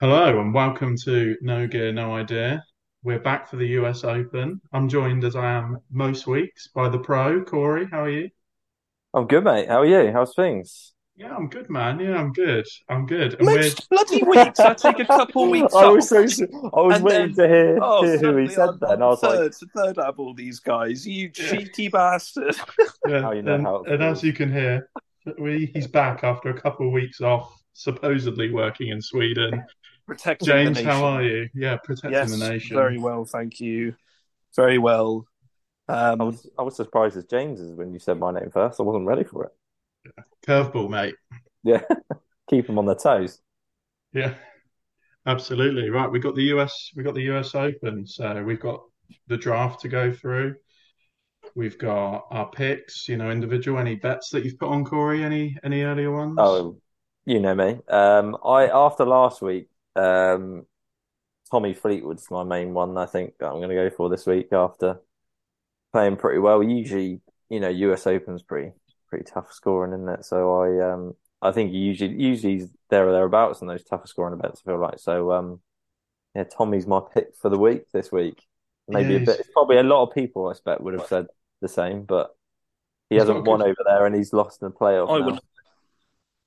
Hello and welcome to No Gear, No Idea. We're back for the US Open. I'm joined as I am most weeks by the pro, Corey. How are you? I'm good, mate. How are you? How's things? Yeah, I'm good, man. Yeah, I'm good. I'm good. And we're Most bloody weeks. I take a couple weeks I off. was so su- I was And waiting then- to hear, Oh, hear who he suddenly said I'm- then. I was third, like, third out of all these guys. You Yeah. cheeky bastard. yeah, How you know uh, and, how it and as feels. you can hear, we he's back after a couple of weeks off, supposedly working in Sweden. Protecting James, the nation. how are you? Yeah, protecting Yes, the nation. very well, thank you. Very well. Um, I was I was surprised as James is when you said my name first. I wasn't ready for it. Curveball, mate. Yeah, keep them on their toes. Yeah, absolutely. Right, we got the US we got the US Open, so we've got the draft to go through. We've got our picks, you know, individual. Any bets that you've put on, Corey? Any any earlier ones? Oh, you know me. Um, I after last week, um, Tommy Fleetwood's my main one. I think that I'm going to go for this week after playing pretty well. Usually, you know, US Open's pretty pretty tough scoring, isn't it? So I um I think he usually usually he's there or thereabouts in those tougher scoring events. I feel like so. Um, yeah, Tommy's my pick for the week this week. Maybe Yeah, a he's- bit. Probably a lot of people I expect would have said the same, but he He's hasn't got a won good- over there and he's lost in the playoff I now. wouldn't-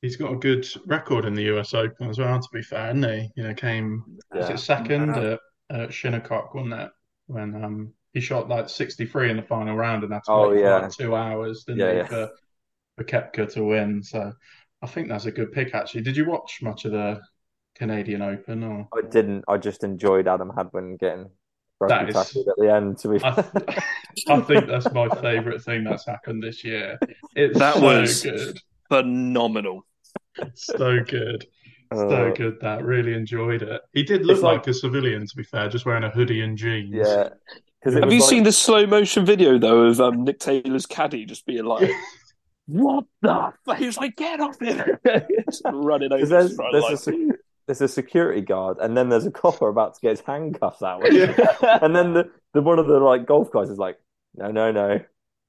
He's got a good record in the US Open as well, to be fair, isn't he? You know, came was Yeah. it second Yeah. at, at Shinnecock, wasn't it? When um he shot like 63 in the final round and had to Oh, wait for yeah. like two hours, didn't Yeah, he, yeah. for for Koepka to win. So I think that's a good pick actually. Did you watch much of the Canadian Open or I didn't. I just enjoyed Adam Hadwin getting That rugby is- tackled at the end. To be I, th- I think that's my favorite thing that's happened this year. It's That so was- good, Phenomenal. so good, so Uh, good. That really enjoyed it. He did look It's like- like a civilian, to be fair, just wearing a hoodie and jeans. yeah, because Have you seen the slow motion video though of um, Nick Taylor's caddy just being like, "What the?" Fuck? He was like, "Get off here!" Just running over. there's, his front there's, line. a, sec- there's a security guard, and then there's a copper about to get his handcuffs out, Yeah. and then the, the one of the like golf guys is like, "No, no, no,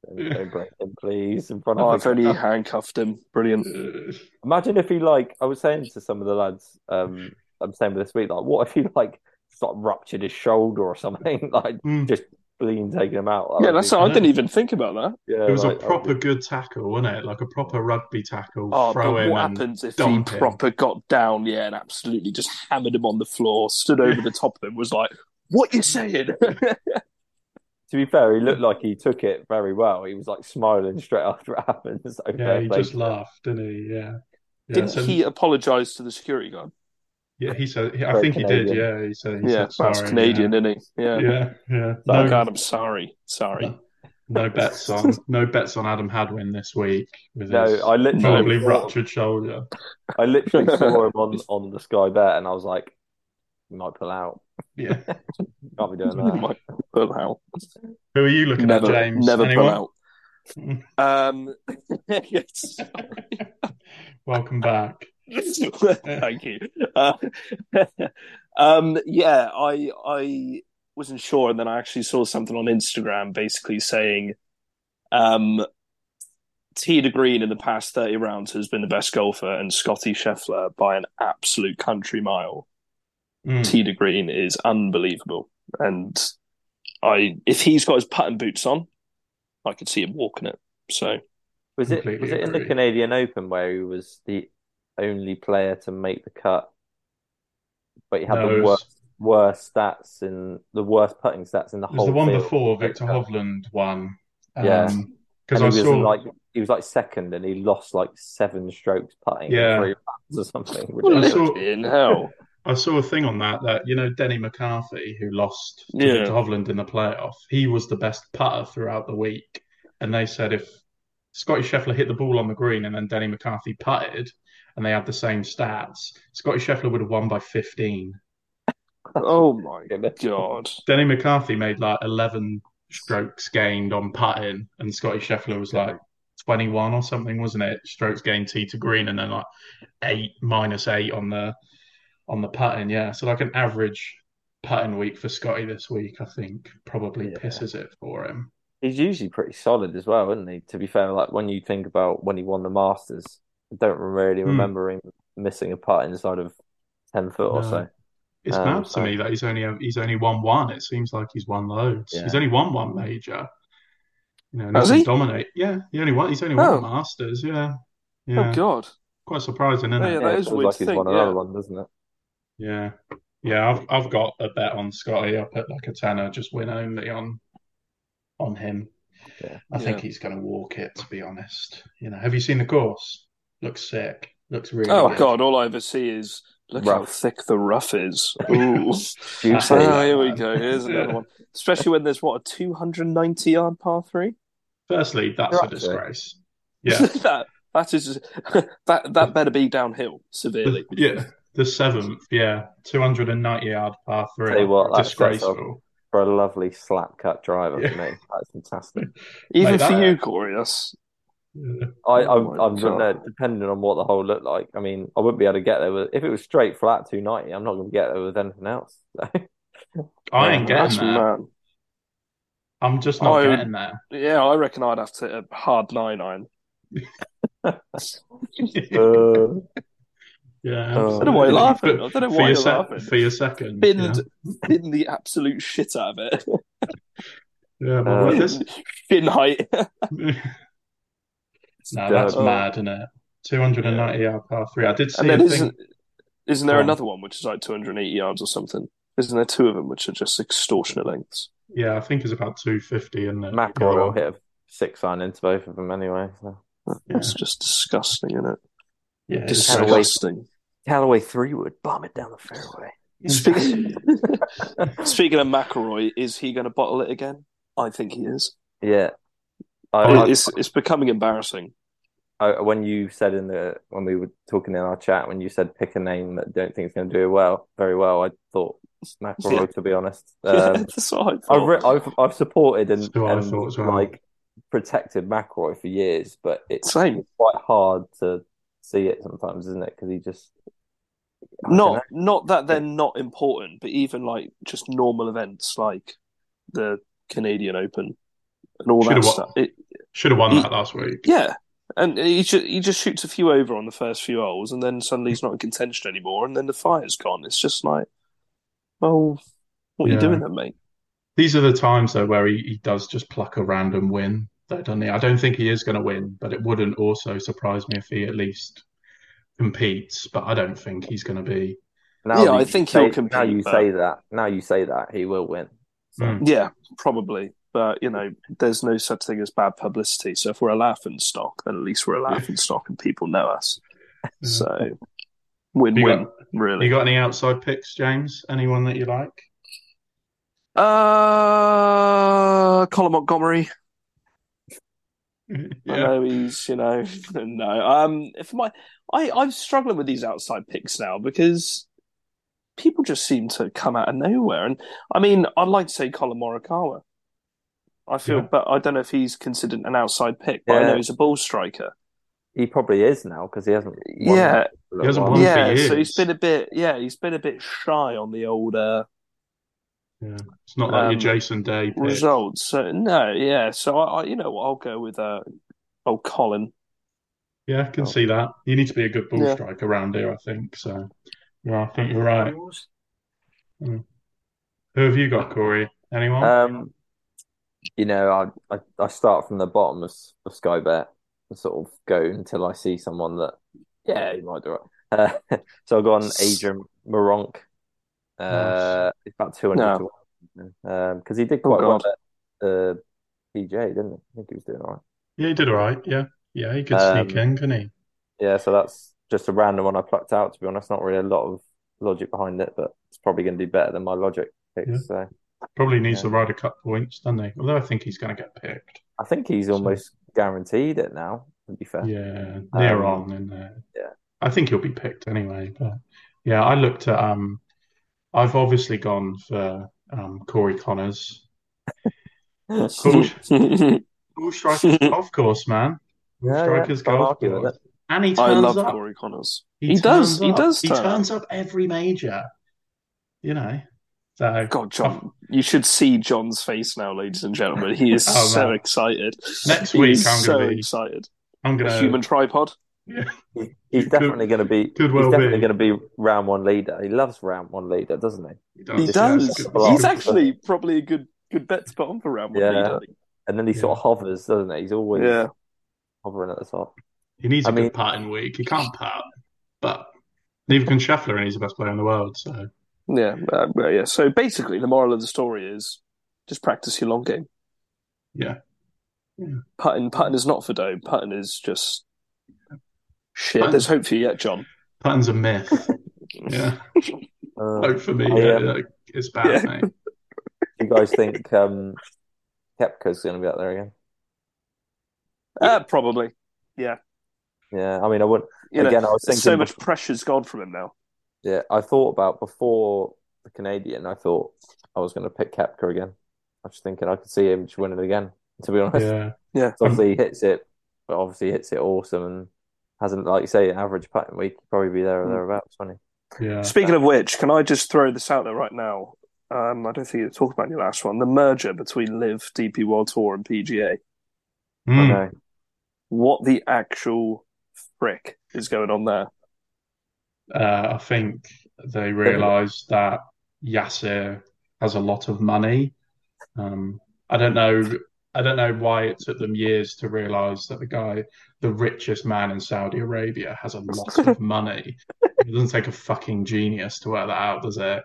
don't, Yeah. don't break him, please!" In front Oh, of I've the only handcuffed him. Brilliant. Uh, Imagine if he like I was saying to some of the lads, um, I'm saying this week, like, what if he like sort of ruptured his shoulder or something, like mm. just bleeding, taking him out? Yeah, that's. I I know. didn't even think about that. yeah, It was a like, that would proper be- good tackle, wasn't it? Like a proper rugby tackle, Oh, throw but in what and happens if he dump him. proper got down, yeah, and absolutely just hammered him on the floor, stood over the top of him, was like, "What you saying?" To be fair, he looked like he took it very well. He was like smiling straight after it happened. So yeah, fair he play. just laughed, didn't he? Yeah, yeah. Didn't so- he apologise to the security guard? Yeah, he said. he- I Very think he did. Canadian. Yeah, he said. He Yeah, said that's sorry. Canadian, isn't he? Yeah, Yeah. yeah. yeah. Oh No, God, I'm sorry, sorry. no bets on. No bets on Adam Hadwin this week with No, his I literally probably saw, ruptured shoulder. I literally saw him on, on the Sky Bet, and I was like, he might pull out. Yeah. Can't be doing that. Might pull out. Who are you looking Never, at, James? never pull Anyone? out. Um, yes. Welcome back. Thank you. Uh, um, yeah, I I wasn't sure, and then I actually saw something on Instagram basically saying, um, T de Green in the past thirty rounds has been the best golfer, and Scotty Scheffler by an absolute country mile. Mm. T de Green is unbelievable, and I if he's got his putting boots on, I could see him walking it. So Was it Completely was it in the agree. Canadian Open where he was the only player to make the cut, but he had No, the it was, worst worst stats in the worst putting stats in the it was the whole one field. before Victor Hovland won. Yeah. because I And he was saw. in like he was like second, and he lost like seven strokes putting in Yeah. three rounds or something. I ridiculous. saw- in hell. I saw a thing on that that you know Denny McCarthy who lost to Yeah. Victor Hovland in the playoff. He was the best putter throughout the week, and they said if Scotty Scheffler hit the ball on the green and then Denny McCarthy putted, and they had the same stats, Scotty Scheffler would have won by fifteen. Oh my Ridiculous. god. Denny McCarthy made like eleven strokes gained on putting, and Scotty Scheffler was like twenty-one or something, wasn't it? Strokes gained tee to green, and then like eight minus eight on the on the putting. Yeah, so like an average putting week for Scotty this week, I think probably Yeah. pisses it for him. He's usually pretty solid as well, isn't he? To be fair, like when you think about when he won the Masters, I don't really Hmm. remember him missing a putt inside of ten foot or No. so. It's Um, mad to so- me that he's only he's only won one. It seems like he's won loads. He's Yeah. only won one major. You know, Has not he? dominate. Yeah, he only won. He's only won Oh. the Masters. Yeah, Oh yeah. God. Quite surprising, isn't Oh, it? Yeah, that it is a feels weird like he's thing, won yeah. another one, doesn't it? Yeah. Yeah, I've I've got a bet on Scotty. I put like a tenner, just win only on on him. Yeah. I think he's gonna walk it, to be honest. You know, have you seen the course? Looks sick. Looks really Oh good. God. All I ever see is look how Rough. thick the rough is. Ooh. Juicy. oh, here we go. Here's Yeah. another one. Especially when there's what a 290 yard par three. Firstly, that's You're a up to it. disgrace. Yeah. that that is that that better be downhill severely. Yeah. The seventh, yeah. Two hundred and ninety yard par three. Tell you what, that's- that's Disgraceful. For a lovely slap cut driver Yeah. for me. That's fantastic. Even Mate, for that- you, Corey. That's Yeah. I, Oh I'm, my I'm God. no, depending on what the hole looked like. I mean, I wouldn't be able to get there with if it was straight flat 290. I'm not going to get there with anything else. I ain't that's getting there. mad. Oh. I'm just not I would- getting there. Yeah, I reckon I'd have to hit a hard nine iron. Uh, Yeah. Oh. I don't know why you're laughing. For- I don't know for why your you're sec- laughing. For your second. Binned, yeah. binned the absolute shit out of it. Yeah, well, Uh, this, Bin height. no, Dad. that's Oh. mad, isn't it? 290 yard par three. I did see a And then thing. isn't isn't there Go on. another one which is like 280 yards or something? Isn't there two of them which are just extortionate lengths? Yeah, I think it's about 250 in there. McIlroy will hit a six iron into both of them anyway. So. It's just disgusting, isn't it? Yeah, it's kind of crazy. Disgusting. Callaway three would bomb it down the fairway. Speaking, speaking of McElroy, is he going to bottle it again? I think he is. Yeah. I, Oh, It- I- it's, it's becoming embarrassing. I, when you said in the when we were talking in our chat, when you said pick a name that don't think is going to do well, very well, I thought McElroy. Yeah. To be honest, yeah, um, that's what I I've, thought. re- I've I've supported and, That's what I and, thought as well. like protected McElroy for years, but it's Same. quite hard to see it sometimes, isn't it? Because he just I don't know. Not not that they're not important, but even like just normal events like the Canadian Open and all Should've that won- stuff. It, Should have won He- that last week. yeah, and he just, he just shoots a few over on the first few holes, and then suddenly he's not in contention anymore, and then the fire's gone. It's just like, well, what are Yeah. you doing then, mate? These are the times, though, where he, he does just pluck a random win, though, doesn't he? I don't think he is going to win, but it wouldn't also surprise me if he at least competes. But I don't think he's going to be. Now Yeah, that I you think say, he'll compete, Now you but- say that. Now you say that he will win. So, Mm. Yeah, probably. But you know, there's no such thing as bad publicity. So if we're a laughing stock, then at least we're a laughing stock, and people know us. So You win-win, got- really. You got any outside picks, James? Anyone that you like? Uh, Colin Montgomery. I Yeah. know he's, you know, no. Um, if my, I, I'm struggling with these outside picks now because people just seem to come out of nowhere. And I mean, I'd like to say Colin Morikawa. I feel, Yeah. but I don't know if he's considered an outside pick. But I Yeah. know he's a ball striker. He probably is now because he hasn't. Won Yeah, for a He hasn't while. won for yeah. So years. he's been a bit, yeah, he's been a bit shy on the old uh, Yeah. It's not like Um, your Jason Day pick. results. So no, yeah. So I, I, you know, what, I'll go with uh, old Colin. Yeah, I can see that. You need to be a good ball Yeah. striker around here, I think. So, yeah, I think you're right. Who have you got, Corey? Oh. Anyone? Um, you know, I, I I start from the bottom of, S- of Sky Bet and sort of go until I see someone that, yeah, he might do it. Uh, so I've gone Adrian Moronk. Uh, it's about 200 No. to 1. Because um, he did Oh, quite well God. at uh, PJ, didn't he? I think he was doing all right. yeah, he did all right. Yeah. Yeah, he could sneak Um, in, couldn't he? Yeah, so that's just a random one I plucked out, to be honest. Not really a lot of logic behind it, but it's probably going to be better than my logic picks. Yeah. So Probably needs yeah. the Ryder Cup points, doesn't he? Although I think he's going to get picked. I think he's almost guaranteed it now, to be fair. Yeah, near Um, on in there. yeah. I think he'll be picked anyway. But yeah, I looked at. Um, I've obviously gone for um, Corey Connors. Cool. Ball strikers, golf course, man. Ball Yeah, yeah, strikers, can't golf argue with course. it. And he I turns love up. Corey Connors. He He turns does- he up. does He turn up. turns up every major. You know. So God, John, you should see John's face now, ladies and gentlemen. He is Oh, so man. excited. Next He week is I'm so gonna be- excited. I'm A gonna human tripod. Yeah. He- He's definitely going to be. Could he's well definitely be. going to be round one leader. He loves round one leader, doesn't he? He He This does. is Good- a He's good- actually probably a good good bet to put on for round one. Yeah. leader. And then he sort of hovers, doesn't he? He's always Yeah. hovering at the top. He needs a I mean- good patting week. He can't pat, but neither can Scheffler, and he's the best player in the world. So Yeah. Uh, well, yeah. So basically, the moral of the story is just practice your long game. Yeah. Yeah. Putting putting is not for dough. Putting is just shit. Putting- There's hope for you yet, John. patting's a myth. yeah, Uh, hope for me. I, yeah, um, like, it's bad, Yeah. mate. you guys think um, Kepka's going to be up there again? Uh, probably. Yeah, I mean, I wouldn't. You know, Again, I was there's so thinking much pressure's gone from him now. Yeah, I thought about before the Canadian. I thought I was going to pick Kepka again. I was thinking I could see him just winning again. To be honest, Yeah, So Um, obviously he hits it, but obviously he hits it awesome and hasn't like you say an average pattern week. He'd probably be there or Hmm. thereabouts, wouldn't yeah. Speaking of which, can I just throw this out there right now? Um, I don't think you talked about in your last one. The merger between Live, DP World Tour, and PGA. he? Mm. I know. What the actual frick is going on there? Uh, I think they realised that Yasser has a lot of money. Um, I don't know. I don't know why it took them years to realise that the guy, the richest man in Saudi Arabia, has a lot of money. It doesn't take a fucking genius to work that out, does it?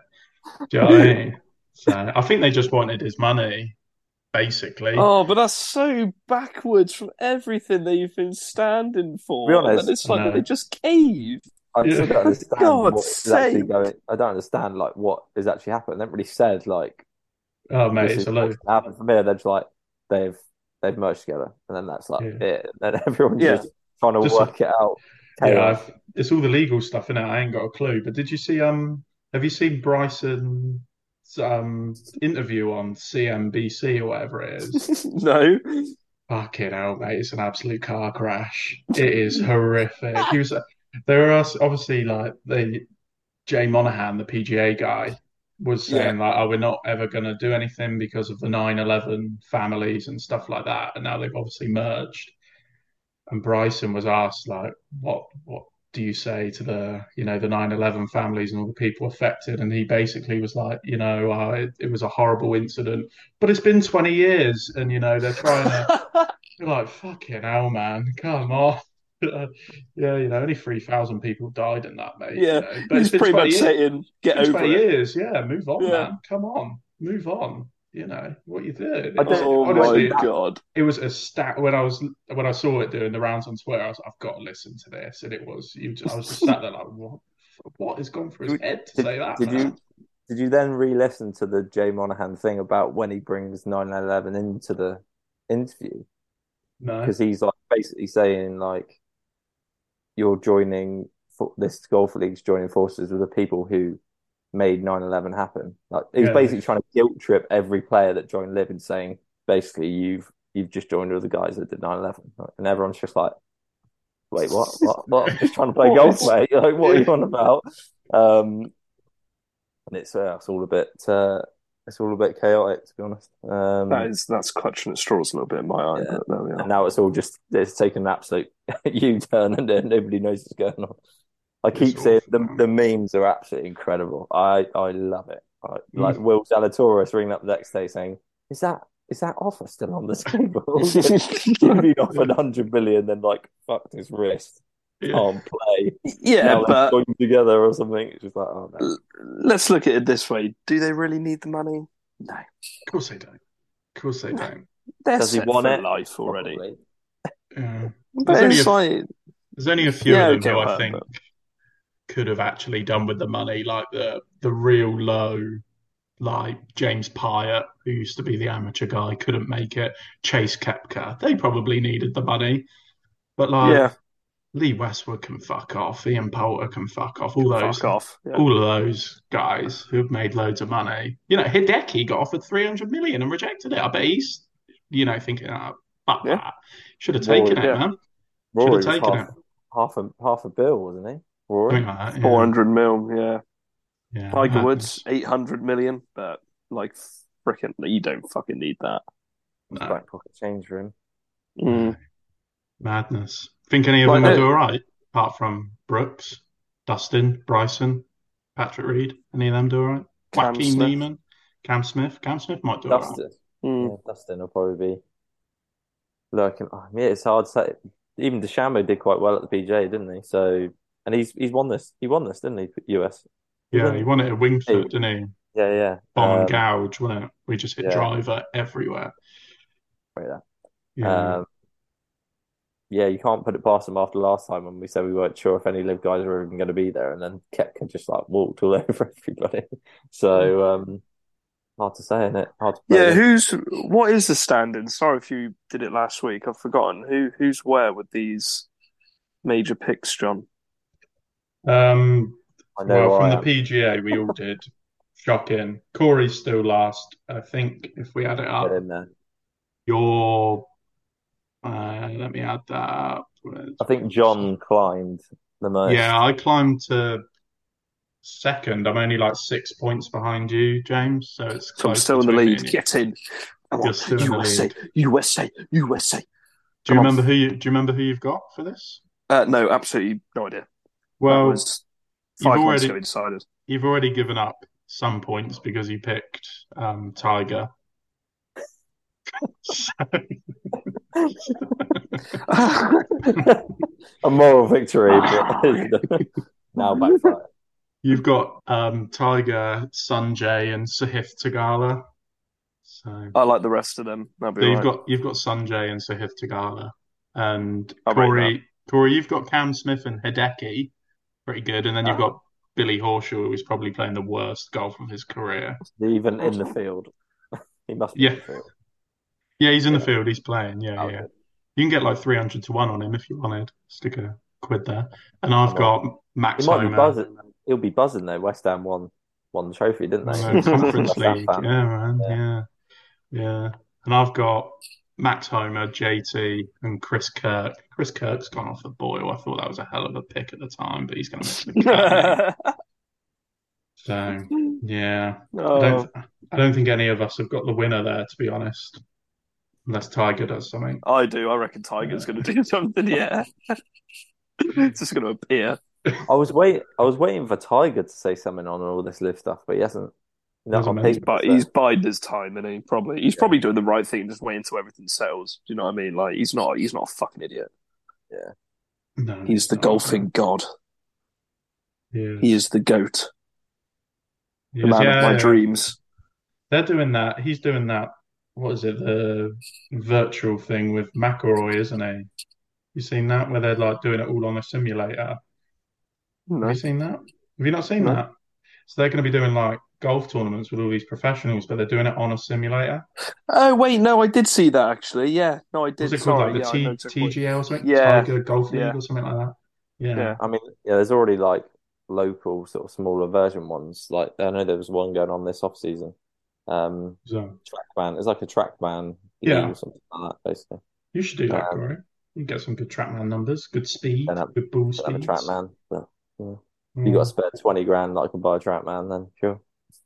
Do you know what I mean? So I think they just wanted his money, basically. Oh, but that's so backwards from everything that you've been standing for. Be honest, that it's like no. they just caved. I just Yeah. don't understand what God's is actually sake. going. I don't understand like what has actually happened. They haven't really said like Oh, mate, this it's is a load. what's happened for me. They're just like they've they've merged together, and then that's like Yeah. it. And then everyone's Yeah. just trying to Just- work it out. Yeah, Chaos. I've, it's all the legal stuff in it. I ain't got a clue. But did you see? Um, have you seen Bryson's um interview on CNBC or whatever it is? no. Fucking hell, mate! It's an absolute car crash. It is horrific. He was. There are obviously like the Jay Monahan, the PGA guy, was Yeah. saying like, "Oh, we're not ever going to do anything because of the 9/11 families and stuff like that." And now they've obviously merged. And Bryson was asked like, "What what do you say to the you know the 9/11 families and all the people affected?" And he basically was like, "You know, uh, it, it was a horrible incident, but it's been 20 years, and you know they're trying to." You're like, fucking hell, man, come on. yeah, you know, only 3,000 people died in that, mate. you Yeah, know. But He's it's been 20 pretty much years. saying, get It's been over 20 it. years, yeah, move on, Yeah. man. Come on, move on. You know, what you doing? I It was- don't- Oh honestly, my god. it was a stat when I was when I saw it doing the rounds on Twitter, I was like, I've got to listen to this. And it was, you just, I was just sat there like, what? What has gone through his Did- head to did- say that? did man? you- Did you then re-listen to the Jay Monahan thing about when he brings 9/11 into the interview? No. because he's like basically saying like you're joining for this golf league's joining forces with the people who made 9-11 happen like he was Yeah. basically trying to guilt trip every player that joined live and saying basically you've you've just joined with the guys that did 9-11 Like, and everyone's just like wait what what, what? i'm just trying to play What golf is- mate like what are you Yeah. on about um and it's uh, it's all a bit uh, it's all a bit chaotic to be honest um That is, that's clutching at straws a little bit in my eye, Yeah. but there we are. and now it's all just it's taken an absolute U turn and then nobody knows what's going on. I It's keep seeing the, awful. the memes are absolutely incredible. I, I love it. I, Mm. like Will Zalatoris ringing up the next day saying, "Is that is that offer still on the table? You've been offered hundred billion, then like fucked his wrist, Yeah. can't play. yeah, Now they're but joined together or something." It's just like, oh no. let's look at it this way. Do they really need the money? No. Of course they don't. Of course they don't. They're Does he set want for it? life already. Probably. Yeah. But There's it's like, There's only a few Yeah, of them okay, who but- I think could have actually done with the money, like the the real low, like James Pyatt, who used to be the amateur guy, couldn't make it. Chase Kepka, they probably needed the money, but like yeah, Lee Westwood can fuck off, Ian Poulter can fuck off, all those, fuck off. Yeah. all of those guys who've made loads of money. You know, Hideki got offered 300 million and rejected it. I bet he's, you know, thinking, ah, fuck Yeah. that. Should have Rory, taken it, yeah. man. Rory was taken half, half a half a bill, wasn't he? Rory. Something like that, yeah. 400 mil, yeah. Yeah, Tiger that Woods, 800 million, but like, freaking, you don't fucking need that. was- no. Back pocket change room. Mm. Madness. Think any of Like them will that- do all right? apart from Brooks, Dustin, Bryson, Patrick Reed. Any of them do all right? Cam Joaquin Smith. Neiman, Cam Smith. Cam Smith might do all right. Dustin, Hmm. yeah, Dustin will probably be lurking. I mean, it's hard to say. Even DeChambeau did quite well at the PJ, didn't he? So, and he's he's won this. He won this, didn't he? US. Yeah, he won it at Wingfoot, Hey. didn't he? Yeah, yeah. Bomb Um, and gouge, wasn't it? We just hit yeah. driver everywhere. right there. Yeah. Um, yeah, you can't put it past them after last time when we said we weren't sure if any live guys were even going to be there, and then Kepka just like walked all over everybody. So um, hard to say, is it? Hard to play Yeah, them. who's what is the standing? Sorry if you did it last week. I've forgotten. Who who's where with these major picks, John? Um, I know well, from I the am. PGA, we all did. Shocking. Corey's still last. I think if we add it up, Get in there. your. Uh, let me add that up. I think John climbed the most. Yeah, I climbed to second. I'm only like six points behind you, James. So it's So I'm close still in the between me lead. and you. Get in. Come on. You're still in the USA, lead. USA, USA. Do you Come on. remember who you do you remember who you've got for this? Uh, no, absolutely no idea. that Well, was Oh, you've five months already- ago we decided. you've already given up some points because you picked um, Tiger. So, A moral victory, Ah. but now backfire. you've got um, Tiger, Sanjay, and Sahith Tagala. So, I like the rest of them. That'll be so all you've right. got you've got Sanjay and Sahith Tagala, and I'll rate Corey. Corey, you've got Cam Smith and Hideki, pretty good, and then Ah. you've got Billy Horschel, who's probably playing the worst golf of his career. Even in the field. He must be in the field. Yeah, he's in the Yeah. field. He's playing. Yeah, Oh, yeah. good. You can get like 300 to 1 on him if you wanted. Stick a quid there. And I've Come on. got Max He might be Homer. buzzing. He'll be buzzing though. West Ham won won the trophy, didn't I they? know, Conference West Ham League. Yeah, fan. man. Yeah. Yeah. Yeah. And I've got Max Homer, JT, and Chris Kirk. Chris Kirk's gone off the boil. I thought that was a hell of a pick at the time, but he's going to miss the cut. So, yeah. I Oh, don't, I don't think any of us have got the winner there, to be honest. Unless Tiger does something. I do. I reckon Tiger's going to do something. Yeah, it's just going to appear. I was wait. I was waiting for Tiger to say something on all this live stuff, but he hasn't. No, Hasn't on meant to. paper, But so- he's biding his time, and he probably he's probably doing the right thing, just waiting until everything settles. Do you know what I mean? Like he's not he's not a fucking idiot. No, He's the no. golfing god. Yeah. He is the goat, He the is. man Yeah, of my yeah. dreams. They're doing that. He's doing that. What is it? The virtual thing with McElroy, isn't he? You seen that where they're like doing it all on a simulator? Have No. you seen that? Have you not seen No. that? So they're going to be doing like golf tournaments with all these professionals, but they're doing it on a simulator. Oh wait, no, I did see that actually. Yeah, no, I did. What's it called? Like Sorry, the yeah, I T- know exactly what- TGL or something? Yeah. Tiger Golf League Yeah. or something like that. Yeah. Yeah. I mean, yeah, there's already like local sort of smaller version ones. Like I know there was one going on this off season. Um, So Trackman. It's like a Trackman league Yeah. or something like that, basically. you should do that, Um, Corey. You get some good trackman numbers, good speed, Don't have- good ball Don't have a speeds. Trackman. But Mm. you got a spare twenty grand that I can buy a Trackman, then sure.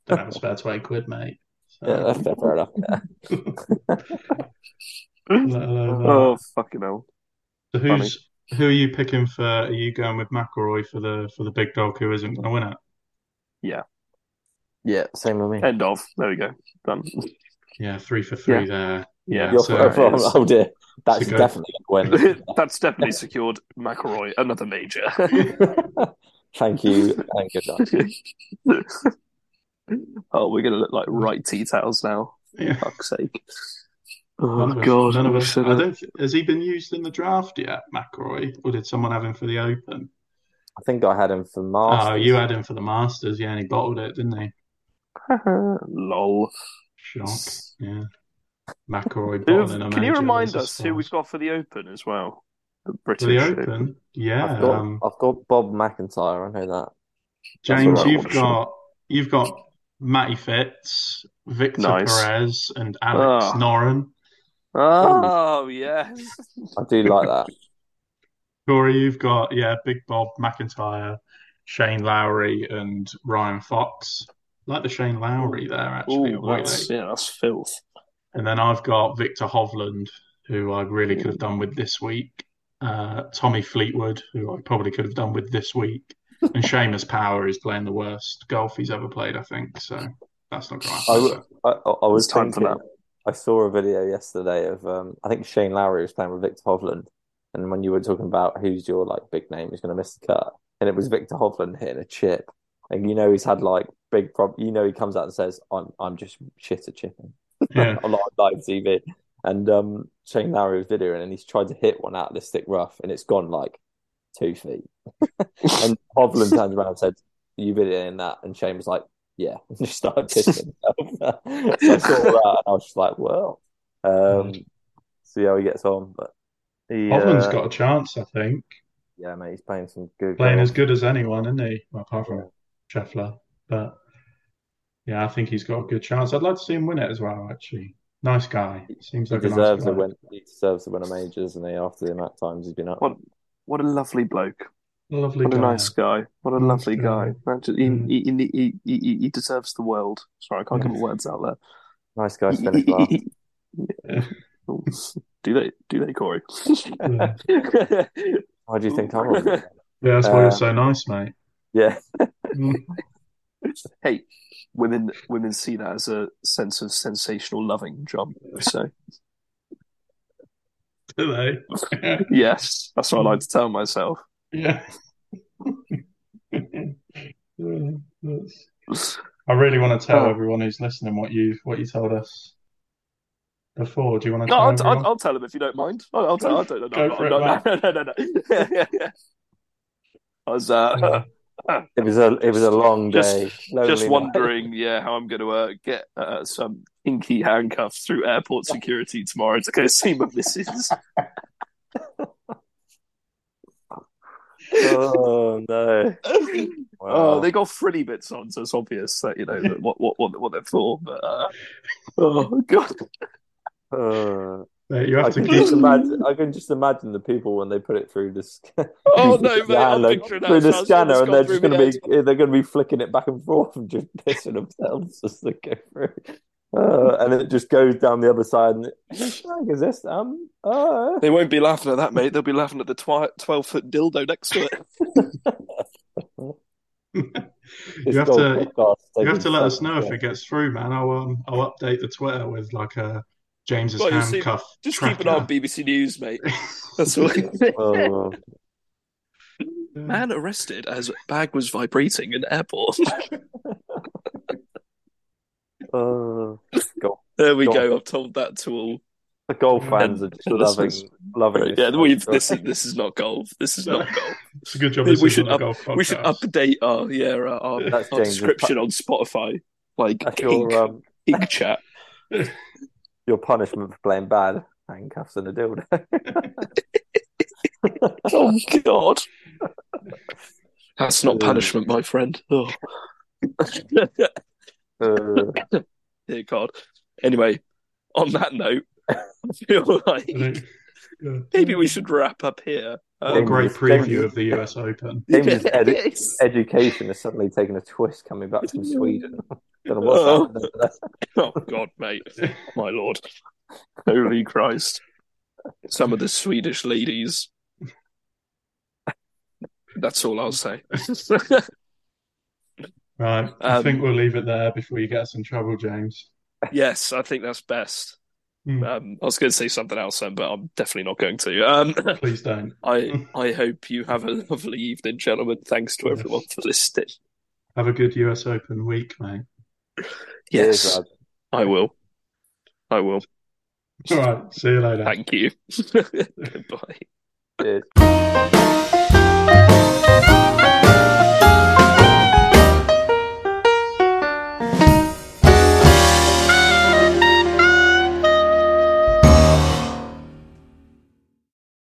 Don't have a spare 20 quid, mate. So, Yeah, that's fair, fair enough. let alone uh, that. Oh fucking hell! So who's who are you picking for? Are you going with McElroy for the for the big dog who isn't going to win it? Yeah, same with me. End of. There we go. Done. Yeah, three for three Yeah. there. Yeah. Yeah, You're so from, it's- oh dear, that's it's a go. definitely going to That's definitely secured McElroy, another major. win. Thank you and good night. oh, we're gonna look like right tea towels now. Yeah. Fuck's sake. Oh None of us- god, none of I us. should I have- don't. thi- Has he been used in the draft yet, McElroy, or did someone have him for the Open? I think I had him for Oh, Masters. you had him for the Masters, yeah, and he bottled it, didn't he? Lol. Shock. Yeah, McElroy Who- bottling a can you major remind is a us who surprise. we've got for the Open as well? The for the British. Open? Yeah, I've got um, I've got Bob McIntyre. I know that. that's James, what I you've wanna got you've got Matty Fitz, Victor Nice. Perez, and Alex Ah. Noren. Oh yes. I do like that. Corey, you've got, yeah, Big Bob McIntyre, Shane Lowry, and Ryan Fox. like the Shane Lowry there, actually. Ooh, really. that's, yeah, that's filth. And then I've got Victor Hovland, who I really could have done with this week. uh, Tommy Fleetwood, who I probably could have done with this week, and Seamus Power is playing the worst golf he's ever played, I think. So that's not going to happen. I is w- it? I, I, I was It's time thinking for that. I saw a video yesterday of um, I think Shane Lowry was playing with Victor Hovland, and when you were talking about who's your like big name who's going to miss the cut, and it was Victor Hovland hitting a chip, and you know he's had like big prob. You know he comes out and says, "I'm I'm just shit at chipping." Yeah. a lot of live TV, and um, Shane Lowry was videoing, and he's tried to hit one out of the stick rough, and it's gone like two feet. and Hovland turns around and said, "Are you videoing that?" And Shane was like, "Yeah," and just started pissing himself. so I saw that, and I was just like, "Well, um, Mm. see how he gets on." But he, Hovland's uh, got a chance, I think. yeah, mate, he's playing some good. Playing golf. as good as anyone, isn't he? Well, apart from Scheffler. But yeah, I think he's got a good chance. I'd like to see him win it as well, actually. Nice guy. Seems He like a nice deserves guy. a win. He deserves a win of majors, and he after the amount of times he's been up. What what a lovely bloke. Lovely What a guy. nice guy. What a Nice lovely guy. guy. That ju- Mm. He, he, he, he, he he deserves the world. Sorry, I can't get Yeah. my words out there. Nice guy to He- finish he- last. he- he- Do they? Do they, Corey? Yeah. Mm. Why do you think I'm? on this? Yeah, that's why Uh, you're so nice, mate. Yeah. Mm. hey, women women see that as a sense of sensational loving, John. So Do they? yes, that's what I like to tell myself. Yeah. Yeah, that's- I really want to tell Oh. everyone who's listening what you what you told us before. Do you want to No, tell I'll, everyone? I'll, I'll tell him if you don't mind. I'll, I'll tell. I don't know. Go No, for it, no, no, no, no, no, no. I was uh, It was a it was a long Just- day. just Lonely wondering, yeah, how I'm going to uh, get uh, some inky handcuffs through airport security tomorrow to go see my missus. night. Oh no! Oh, Wow. they got frilly bits on, so it's obvious that you know that what what what, what they're for. But uh, oh god, Oh. Mate, you I have to can keep. just imagine. I can just imagine the people when they put it through the sc- oh through no, the mate, I'm handle- picturing that through the sounds scanner, just and they're just gone through going my to be they're going to be flicking it back and forth and just pissing themselves as they go through. Uh, and it just goes down the other side. And which flag is this? Um, uh, They won't be laughing at that, mate. They'll be laughing at the twelve foot dildo next to it. You have to you have to let us know if we it gets through, man. I'll um, I'll update the Twitter with like a James's Well, you see- handcuff Just keep an eye on BBC News, mate. That's all. tracker. Oh, Man arrested as bag was vibrating in airport. oh. There we Go go. I've told that to all. The golf fans And- are just and loving, listeners. loving this. Yeah, we've, podcast. this is this is not golf. This is not golf. It's a good job. We This should isn't a up- golf We should podcast. update our yeah our, our, That's our James's description on Spotify, like That's ink, your um, ink chat. your punishment for playing bad handcuffs and a dildo. Oh God, that's not Uh. punishment, my friend. Oh. Uh, Dear God. Anyway, on that note, I feel I like think- yeah. maybe we should wrap up here. What a Um, great James- preview of the U.S. Open. James's edit- yes. education has suddenly taken a twist coming back from Sweden. Don't know Oh. what's happened. Oh God, mate, my lord, holy Christ! Some of the Swedish ladies. That's all I'll say. Right, I Um, think we'll leave it there before you get us in trouble, James. yes, I think that's best. Hmm. Um, I was going to say something else then, but I'm definitely not going to. Um, Please don't. I I hope you have a lovely evening, gentlemen. Thanks to everyone for listening. Have a good U.S. Open week, mate. Yes, Cheers, lad. I will. I will. All right, see you later. Thank you. Goodbye. Cheers.